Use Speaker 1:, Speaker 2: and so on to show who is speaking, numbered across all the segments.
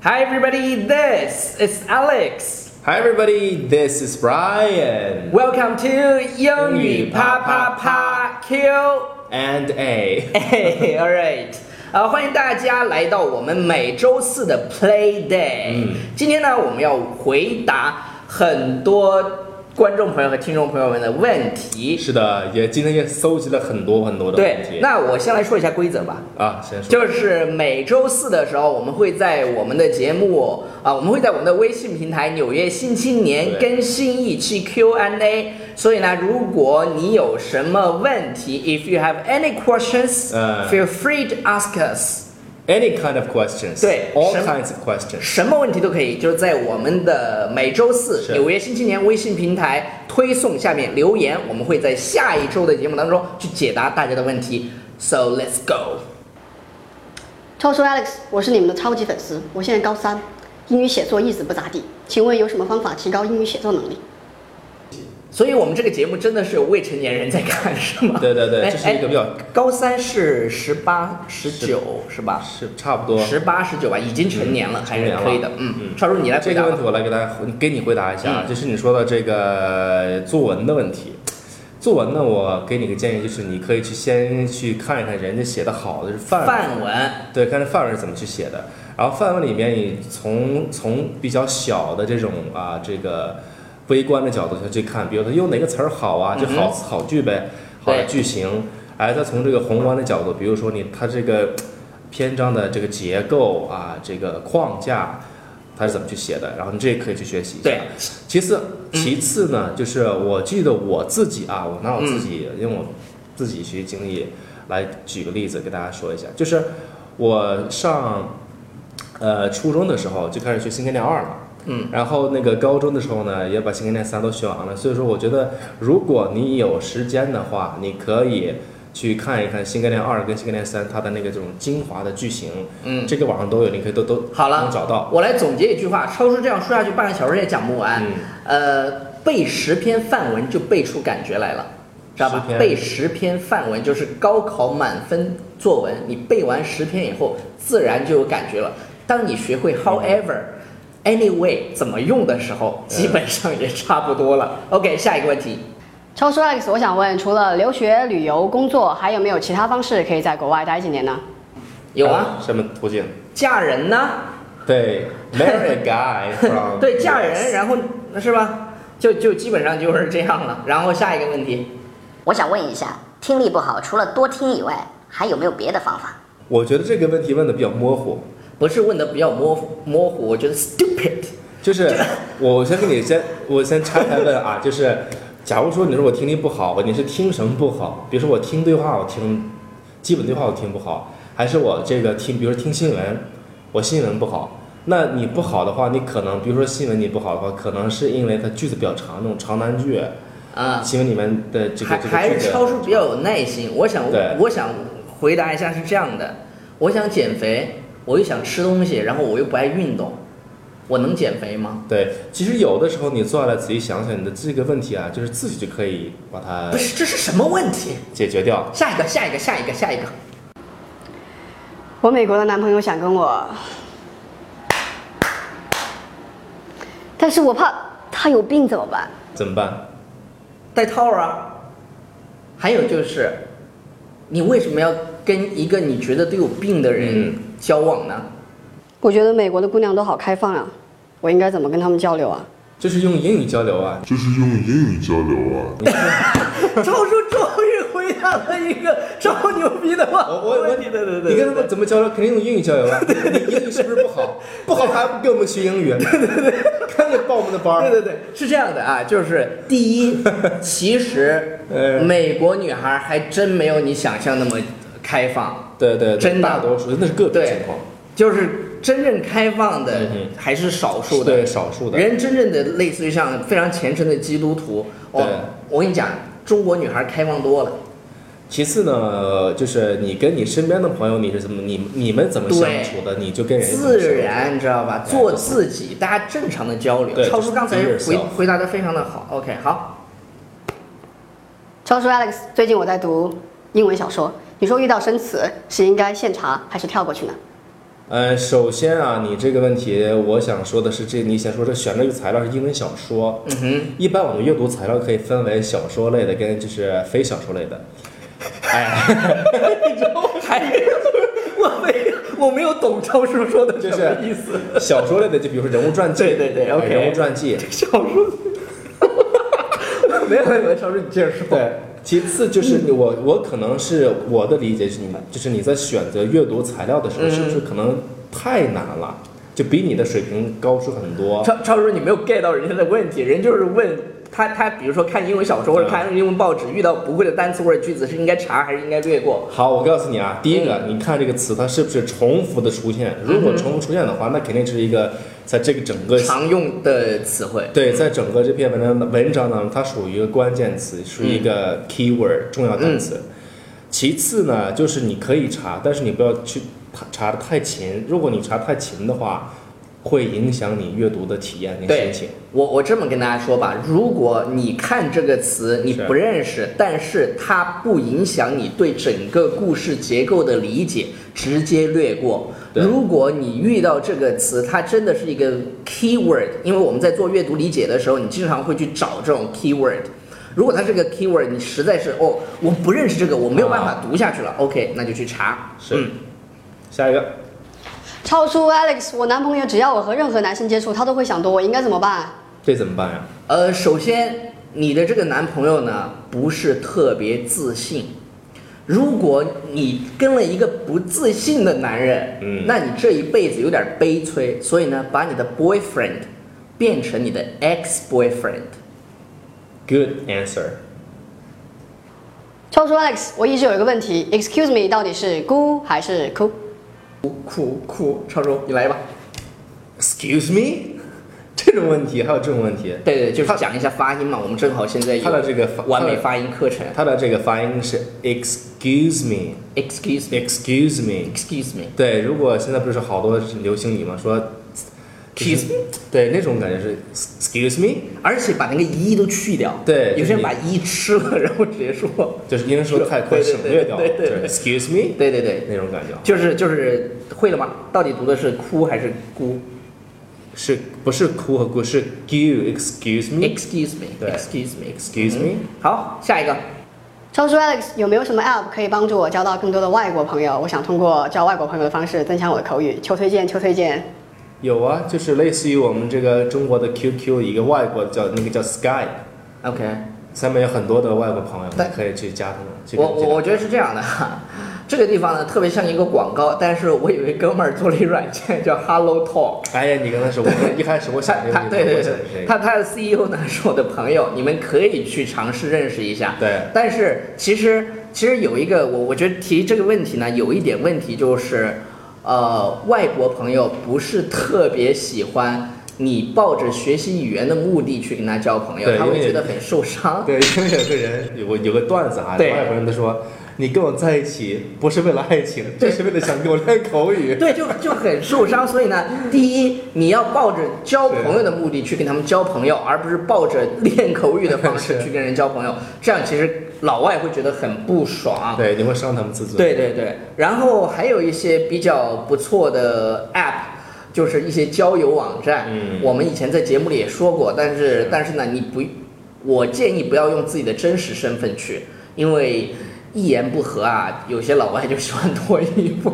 Speaker 1: Hi everybody, this is Alex.
Speaker 2: Hi, everybody. This is Brian
Speaker 1: Welcome to 英语啪啪啪 Q。
Speaker 2: and A.
Speaker 1: 嘿 a l right，啊、欢迎大家来到我们每周四的 Play Day。
Speaker 2: 嗯
Speaker 1: 今天呢，我们要回答很多观众朋友和听众朋友们的问题。
Speaker 2: 是的，也今天也搜集了很多很多的问
Speaker 1: 对
Speaker 2: 题。，
Speaker 1: 那我先来说一下规则吧。
Speaker 2: 啊，先说
Speaker 1: 就是每周四的时候，我们会在我们的节目啊，我们会在我们的微信平台《纽约新青年》
Speaker 2: 对
Speaker 1: 更新一期 Q&A。所以呢，如果你有什么问题，if you have any questions，、
Speaker 2: 嗯
Speaker 1: feel free to ask us。
Speaker 2: any kind of questions，
Speaker 1: 对
Speaker 2: ，all
Speaker 1: 什么
Speaker 2: kinds of questions，
Speaker 1: 什么问题都可以，就是在我们的每周四《
Speaker 2: 是
Speaker 1: 纽约新青年》微信平台推送下面留言，我们会在下一周的节目当中去解答大家的问题。So let's go。
Speaker 3: 超叔 Alex，我是你们的超级粉丝，我现在高三，英语写作一直不咋地，请问有什么方法提高英语写作能力？
Speaker 1: 所以我们这个节目真的是有未成年人在看，是吗？
Speaker 2: 对对对
Speaker 1: 哎
Speaker 2: 这是一个比较
Speaker 1: 哎高三是十八、十九是吧？
Speaker 2: 是差不多。
Speaker 1: 十八、十九吧，已经成年了，还是
Speaker 2: 成年了
Speaker 1: 可以的。嗯，超叔你来
Speaker 2: 这
Speaker 1: 回答
Speaker 2: 个问
Speaker 1: 吧
Speaker 2: 题。我来给大家回给你回答一下啊，
Speaker 1: 嗯
Speaker 2: 就是你说的这个作文的问题。作文呢，我给你个建议，就是你可以去先去看一看人家写的好的是范文
Speaker 1: 范文，
Speaker 2: 对，看这范文是怎么去写的。然后范文里面，你从从比较小的这种啊，这个微观的角度下去看，比如说用哪个词儿好啊，就好词好句呗，好的
Speaker 1: 嗯对
Speaker 2: 句型。哎，再从这个宏观的角度，比如说你它这个篇章的这个结构啊，这个框架，它是怎么去写的，然后你这也可以去学习一下
Speaker 1: 对。，
Speaker 2: 其次，
Speaker 1: 嗯
Speaker 2: 其次呢，就是我记得我自己啊，我拿我自己
Speaker 1: 嗯
Speaker 2: 用我自己学习经历来举个例子给大家说一下，就是我上呃初中的时候就开始学新概念二了。
Speaker 1: 嗯，
Speaker 2: 然后那个高中的时候呢，也把新概念三都学完了。所以说，我觉得如果你有时间的话，你可以去看一看新概念二跟新概念三它的那个这种精华的句型，
Speaker 1: 嗯，
Speaker 2: 这个网上都有，你可以都都
Speaker 1: 好了
Speaker 2: 能找到。
Speaker 1: 我来总结一句话，超叔这样说下去半个小时也讲不完。
Speaker 2: 嗯
Speaker 1: 呃，背十篇范文就背出感觉来了，知道吧
Speaker 2: 10？篇
Speaker 1: 背十篇范文就是高考满分作文，你背完十篇以后，自然就有感觉了。当你学
Speaker 2: 嗯
Speaker 1: 会 however、anyway 怎么用的时候，
Speaker 2: 嗯
Speaker 1: 基本上也差不多了。OK，下一个问题。
Speaker 3: 超叔 Alex，我想问，除了留学、旅游、工作，还有没有其他方式可以在国外待几年呢？
Speaker 1: 有啊，
Speaker 2: 呃，什么途径？
Speaker 1: 嫁人呢？
Speaker 2: 对 ，marry a guy from
Speaker 1: 对，嫁人，然后是吧？就就基本上就是这样了。然后下一个问题，
Speaker 4: 我想问一下，听力不好，除了多听以外，还有没有别的方法？
Speaker 2: 我觉得这个问题问的比较模糊，
Speaker 1: 不是问的比较模糊模糊，我觉得 stupid。
Speaker 2: 就是我先跟你先我先拆开问啊， 就是假如说你说我听力不好，你是听什么不好？比如说我听对话，我听基本对话我听不好，还是我这个听，比如说听新闻，我新闻不好。那你不好的话，你可能比如说新闻你不好的话，可能是因为它句子比较长，那种长难句，
Speaker 1: 啊、
Speaker 2: 新闻里面的这个
Speaker 1: 还
Speaker 2: 这
Speaker 1: 还
Speaker 2: 个句
Speaker 1: 是
Speaker 2: 子
Speaker 1: 超叔比较有耐心。我想
Speaker 2: 对，
Speaker 1: 我想回答一下是这样的：我想减肥，我又想吃东西，然后我又不爱运动，我能减肥吗？
Speaker 2: 对，其实有的时候你坐下来仔细想想，你的这个问题啊，就是自己就可以把它
Speaker 1: 不是，这是什么问题？
Speaker 2: 解决掉。
Speaker 1: 下一个，下一个，下一个，下一个。
Speaker 3: 我美国的男朋友想跟我，但是我怕他有病怎么办？
Speaker 2: 怎 么办？
Speaker 1: 戴套啊！还有就是，你为什么要跟一个你觉得都有病的人
Speaker 2: 嗯
Speaker 1: 交往 呢？
Speaker 3: 我觉得美国的姑娘都好开放啊，我应该怎么跟他们交流啊？
Speaker 2: 就是用英语交流啊。
Speaker 5: 就是用英语交流啊。
Speaker 1: 超叔终于回答了一个超牛逼的话。
Speaker 2: 你
Speaker 1: 对对对，
Speaker 2: 你跟他们怎么交流？肯定用英语交流 啊。你英语是不是不好？不好还不给我们学英语？对对对，赶紧报我们的班儿。
Speaker 1: 对对对，是这样的啊，就是第 一，其实
Speaker 2: 呃
Speaker 1: 美国女孩还真没有你想象那么开放，
Speaker 2: 对对对，
Speaker 1: 真的
Speaker 2: 大多数那是个别
Speaker 1: 对
Speaker 2: 情况，
Speaker 1: 就是真正开放的
Speaker 2: 嗯哼
Speaker 1: 还是少数的，
Speaker 2: 对少数的。
Speaker 1: 人真正的类似于像非常虔诚的基督徒，
Speaker 2: 对
Speaker 1: 哦，我跟你讲，中国女孩开放多了，
Speaker 2: 其次呢，就是你跟你身边的朋友，你是怎么你你们怎么相
Speaker 1: 对
Speaker 2: 处的，你就跟人家怎么相处
Speaker 1: 自然，你知道吧？
Speaker 2: 对
Speaker 1: 做自己，大家正常的交流。
Speaker 2: 对
Speaker 1: 超叔刚才
Speaker 2: just be
Speaker 1: 回
Speaker 2: yourself
Speaker 1: 回答的非常的好，OK，好，
Speaker 3: 超叔 Alex，最近我在读英文小说，你说遇到生词是应该现查还是跳过去呢？
Speaker 2: 呃，首先啊，你这个问题，我想说的是这，你先说这选这个材料是英文小说。
Speaker 1: 嗯哼，
Speaker 2: 一般我们阅读材料可以分为小说类的跟就是非小说类 的。
Speaker 1: 还 我没我没有懂超叔说的什么意思。
Speaker 2: 小说类的就比如说人物传记，
Speaker 1: 对对对
Speaker 2: 哎
Speaker 1: OK
Speaker 2: 人物传记。
Speaker 1: 小叔， 没有没有，超叔你接着说。
Speaker 2: 对，其次就是你我我可能是我的理解是你就是你在选择阅读材料的
Speaker 1: 嗯
Speaker 2: 时候，是不是可能太难了，就比你的水平高出很多？
Speaker 1: 超超叔，你没有 get 到人家的问题，人就是问他他，比如说看英文小说或者
Speaker 2: 嗯
Speaker 1: 看英文报纸，遇到不会的单词或者句子，是应该查还是应该略过？
Speaker 2: 好，我告诉你啊，第一个，你看这个词它是不是重复的出现？如果重复出现的话，那肯定是一个在这个整个
Speaker 1: 常用的词汇。
Speaker 2: 对，在整个这篇文章的文章当中，它属于一个关键词，属于一个 keyword 重要单词。其次呢，就是你可以查，但是你不要去查查的太勤。如果你查太勤的话，会影响你阅读的体验跟
Speaker 1: 对
Speaker 2: 心情。，
Speaker 1: 我我这么跟大家说吧，如果你看这个词你
Speaker 2: 是
Speaker 1: 不认识，但是它不影响你对整个故事结构的理解，直接略过。
Speaker 2: 对
Speaker 1: 如果你遇到这个词，它真的是一个 keyword，因为我们在做阅读理解的时候，你经常会去找这种 keyword。如果它是个 keyword，你实在是哦，我不认识这个，我没有办
Speaker 2: 啊
Speaker 1: 法读下去了。OK，那就去查。
Speaker 2: 是。
Speaker 1: 嗯
Speaker 2: 下一个，
Speaker 3: 超出 Alex，我男朋友只要我和任何男生接触，他都会想多，我应该怎么办？
Speaker 2: 这怎么办呀？
Speaker 1: 呃，首先，你的这个男朋友呢不是特别自信。如果你跟了一个不自信的男人，
Speaker 2: 嗯
Speaker 1: 那你这一辈子有点悲催。所以呢，把你的 boyfriend 变成你的 ex boyfriend。
Speaker 2: Good answer。
Speaker 3: 超出 Alex，我一直有一个问题，Excuse me，到底是 g 还是 cool？
Speaker 1: 酷酷，超叔，你来吧。
Speaker 2: Excuse me，这 种问题还有这种问题，
Speaker 1: 对对，就是讲一下发音嘛。我们正好现在有
Speaker 2: 他的这个发
Speaker 1: 完美发音课程。
Speaker 2: 它的这个发音是 Excuse me，Excuse
Speaker 1: Excuse me,
Speaker 2: me。
Speaker 1: excuse me,
Speaker 2: 对，如果现在不是好多流行语嘛，说
Speaker 1: kiss me。
Speaker 2: 对，那种感觉是 excuse me，
Speaker 1: 而且把那个一都去掉。
Speaker 2: 对
Speaker 1: 有些
Speaker 2: 就是
Speaker 1: 人
Speaker 2: 你
Speaker 1: 把一吃了，然后直接说。
Speaker 2: 就是因为说太快
Speaker 1: 对对
Speaker 2: 省略掉了，
Speaker 1: 对对对
Speaker 2: 就是 excuse me
Speaker 1: 对对对，
Speaker 2: 那种感觉，
Speaker 1: 就是就是会了吗？到底读的是哭还是咕
Speaker 2: 是不是哭和哭是 you excuse me
Speaker 1: ？Excuse me，
Speaker 2: 嗯对
Speaker 1: excuse me。
Speaker 2: excuse
Speaker 1: 嗯
Speaker 2: me，
Speaker 1: 好，下一个，
Speaker 3: 超出 Alex，有没有什么 App 可以帮助我交到更多的外国朋友？我想通过交外国朋友的方式增强我的口语，求推荐，求推荐。
Speaker 2: 有啊，就是类似于我们这个中国的 QQ，一个外国叫那个叫 Skype，
Speaker 1: ，OK，
Speaker 2: 上面有很多的外国朋友，你
Speaker 1: 但
Speaker 2: 可以去加他们。去
Speaker 1: 我
Speaker 2: 跟这
Speaker 1: 我
Speaker 2: 个
Speaker 1: 我觉得是这样的 哈，这个地方呢特别像一个广告，但是我以为哥们儿做了一软件叫 Hello Talk。
Speaker 2: 哎呀，你刚才说，我一开始我
Speaker 1: 他
Speaker 2: 想这个
Speaker 1: 他
Speaker 2: 名字，
Speaker 1: 对
Speaker 2: 我
Speaker 1: 对
Speaker 2: 想这
Speaker 1: 对，
Speaker 2: 个，
Speaker 1: 他他的 CEO 呢是我的朋友，你们可以去尝试认识一下。
Speaker 2: 对
Speaker 1: 但是其实其实有一个我我觉得提这个问题呢，有一点问题就是，呃，外国朋友不是特别喜欢你抱着学习语言的目的去跟他交朋友，
Speaker 2: 对
Speaker 1: 他会
Speaker 2: 因为
Speaker 1: 觉得很受伤。
Speaker 2: 对，因为有个人有个有个段子啊，
Speaker 1: 对
Speaker 2: 外国人他说，你跟我在一起不是为了爱情，就是为了想跟我练口语。
Speaker 1: 对，就就很受伤。所以 呢，第一，你要抱着交朋友的目的去跟他们交朋友，而不是抱着练口语的方式
Speaker 2: 是
Speaker 1: 去跟人交朋友。这样其实老外会觉得很不爽。
Speaker 2: 对，你会伤他们自尊。
Speaker 1: 对对对，然后还有一些比较不错的 app。就是一些交友网站，
Speaker 2: 嗯
Speaker 1: 我们以前在节目里也说过，但是但是呢，你不，我建议不要用自己的真实身份去，因为一言不合啊，有些老外就喜欢脱衣服。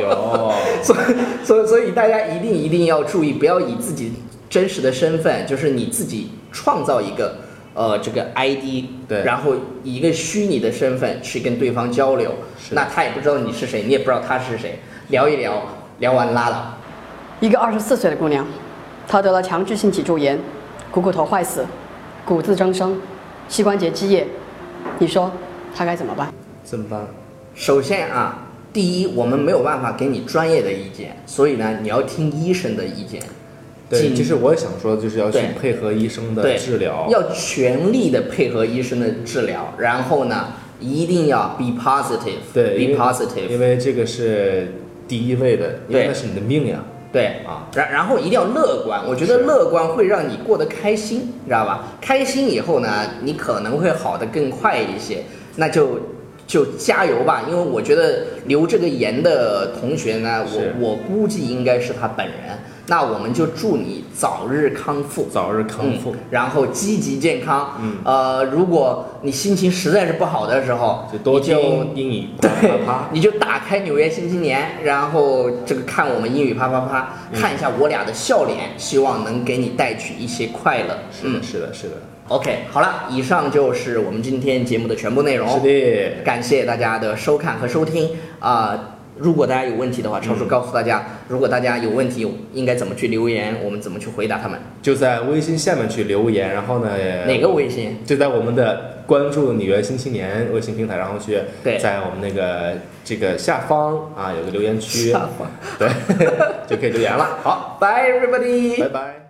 Speaker 2: 有，
Speaker 1: 所以，所以，所以大家一定一定要注意，不要以自己真实的身份，就是你自己创造一个呃这个 ID，
Speaker 2: 对
Speaker 1: 然后以一个虚拟的身份去跟对方交流，
Speaker 2: 是
Speaker 1: 那他也不知道你是谁，你也不知道他是谁，聊一聊，聊完拉倒。
Speaker 3: 一个二十四岁的姑娘，她得了强制性脊柱炎，股骨头坏死，骨质增生，膝关节积液，你说她该怎么办？
Speaker 2: 怎么办？
Speaker 1: 首先啊，第一，我们没有办法给你专业的意见，所以呢，你要听医生的意见，
Speaker 2: 对，
Speaker 1: 仅
Speaker 2: 其实我也想说，就是要去
Speaker 1: 对
Speaker 2: 配合医生的
Speaker 1: 对
Speaker 2: 治疗。
Speaker 1: 要全力的配合医生的治疗，然后呢，一定要 be positive，
Speaker 2: 对因为
Speaker 1: ，be positive，
Speaker 2: 因为这个是第一位的，因为
Speaker 1: 对
Speaker 2: 那是你的命呀。
Speaker 1: 对
Speaker 2: 啊，
Speaker 1: 然然后一定要乐观，我觉得
Speaker 2: 是
Speaker 1: 乐观会让你过得开心，你知道吧？开心以后呢，你可能会好得更快一些，那就就加油吧，因为我觉得留这个言的同学呢，
Speaker 2: 是
Speaker 1: 我我估计应该是他本人。那我们就祝你早日康复，
Speaker 2: 早日康复。
Speaker 1: 嗯，然后积极健康。
Speaker 2: 嗯
Speaker 1: 呃，如果你心情实在是不好的时候，
Speaker 2: 就多
Speaker 1: 你就
Speaker 2: 听英语啪啪
Speaker 1: 对
Speaker 2: 啪，，
Speaker 1: 你就打开《纽约新青年》，然后这个看我们英语啪啪啪，
Speaker 2: 嗯
Speaker 1: 看一下我俩的笑脸，希望能给你带去一些快乐。
Speaker 2: 是
Speaker 1: 嗯
Speaker 2: 的，是的，是的，
Speaker 1: ，OK，好了，以上就是我们今天节目的全部内容。
Speaker 2: 是的。
Speaker 1: 感谢大家的收看和收听啊、如果大家有问题的话，超叔告诉大家，如果大家有问题应该怎么去留言，我们怎么去回答他们？
Speaker 2: 就在微信下面去留言，然后呢，
Speaker 1: 哪个微信？
Speaker 2: 就在我们的关注“纽约新青年”微信平台，然后去
Speaker 1: 对
Speaker 2: 在我们那个这个下方啊有个留言区，
Speaker 1: 下方
Speaker 2: 对，就可以留言了。好，
Speaker 1: Bye everybody.
Speaker 2: 拜拜。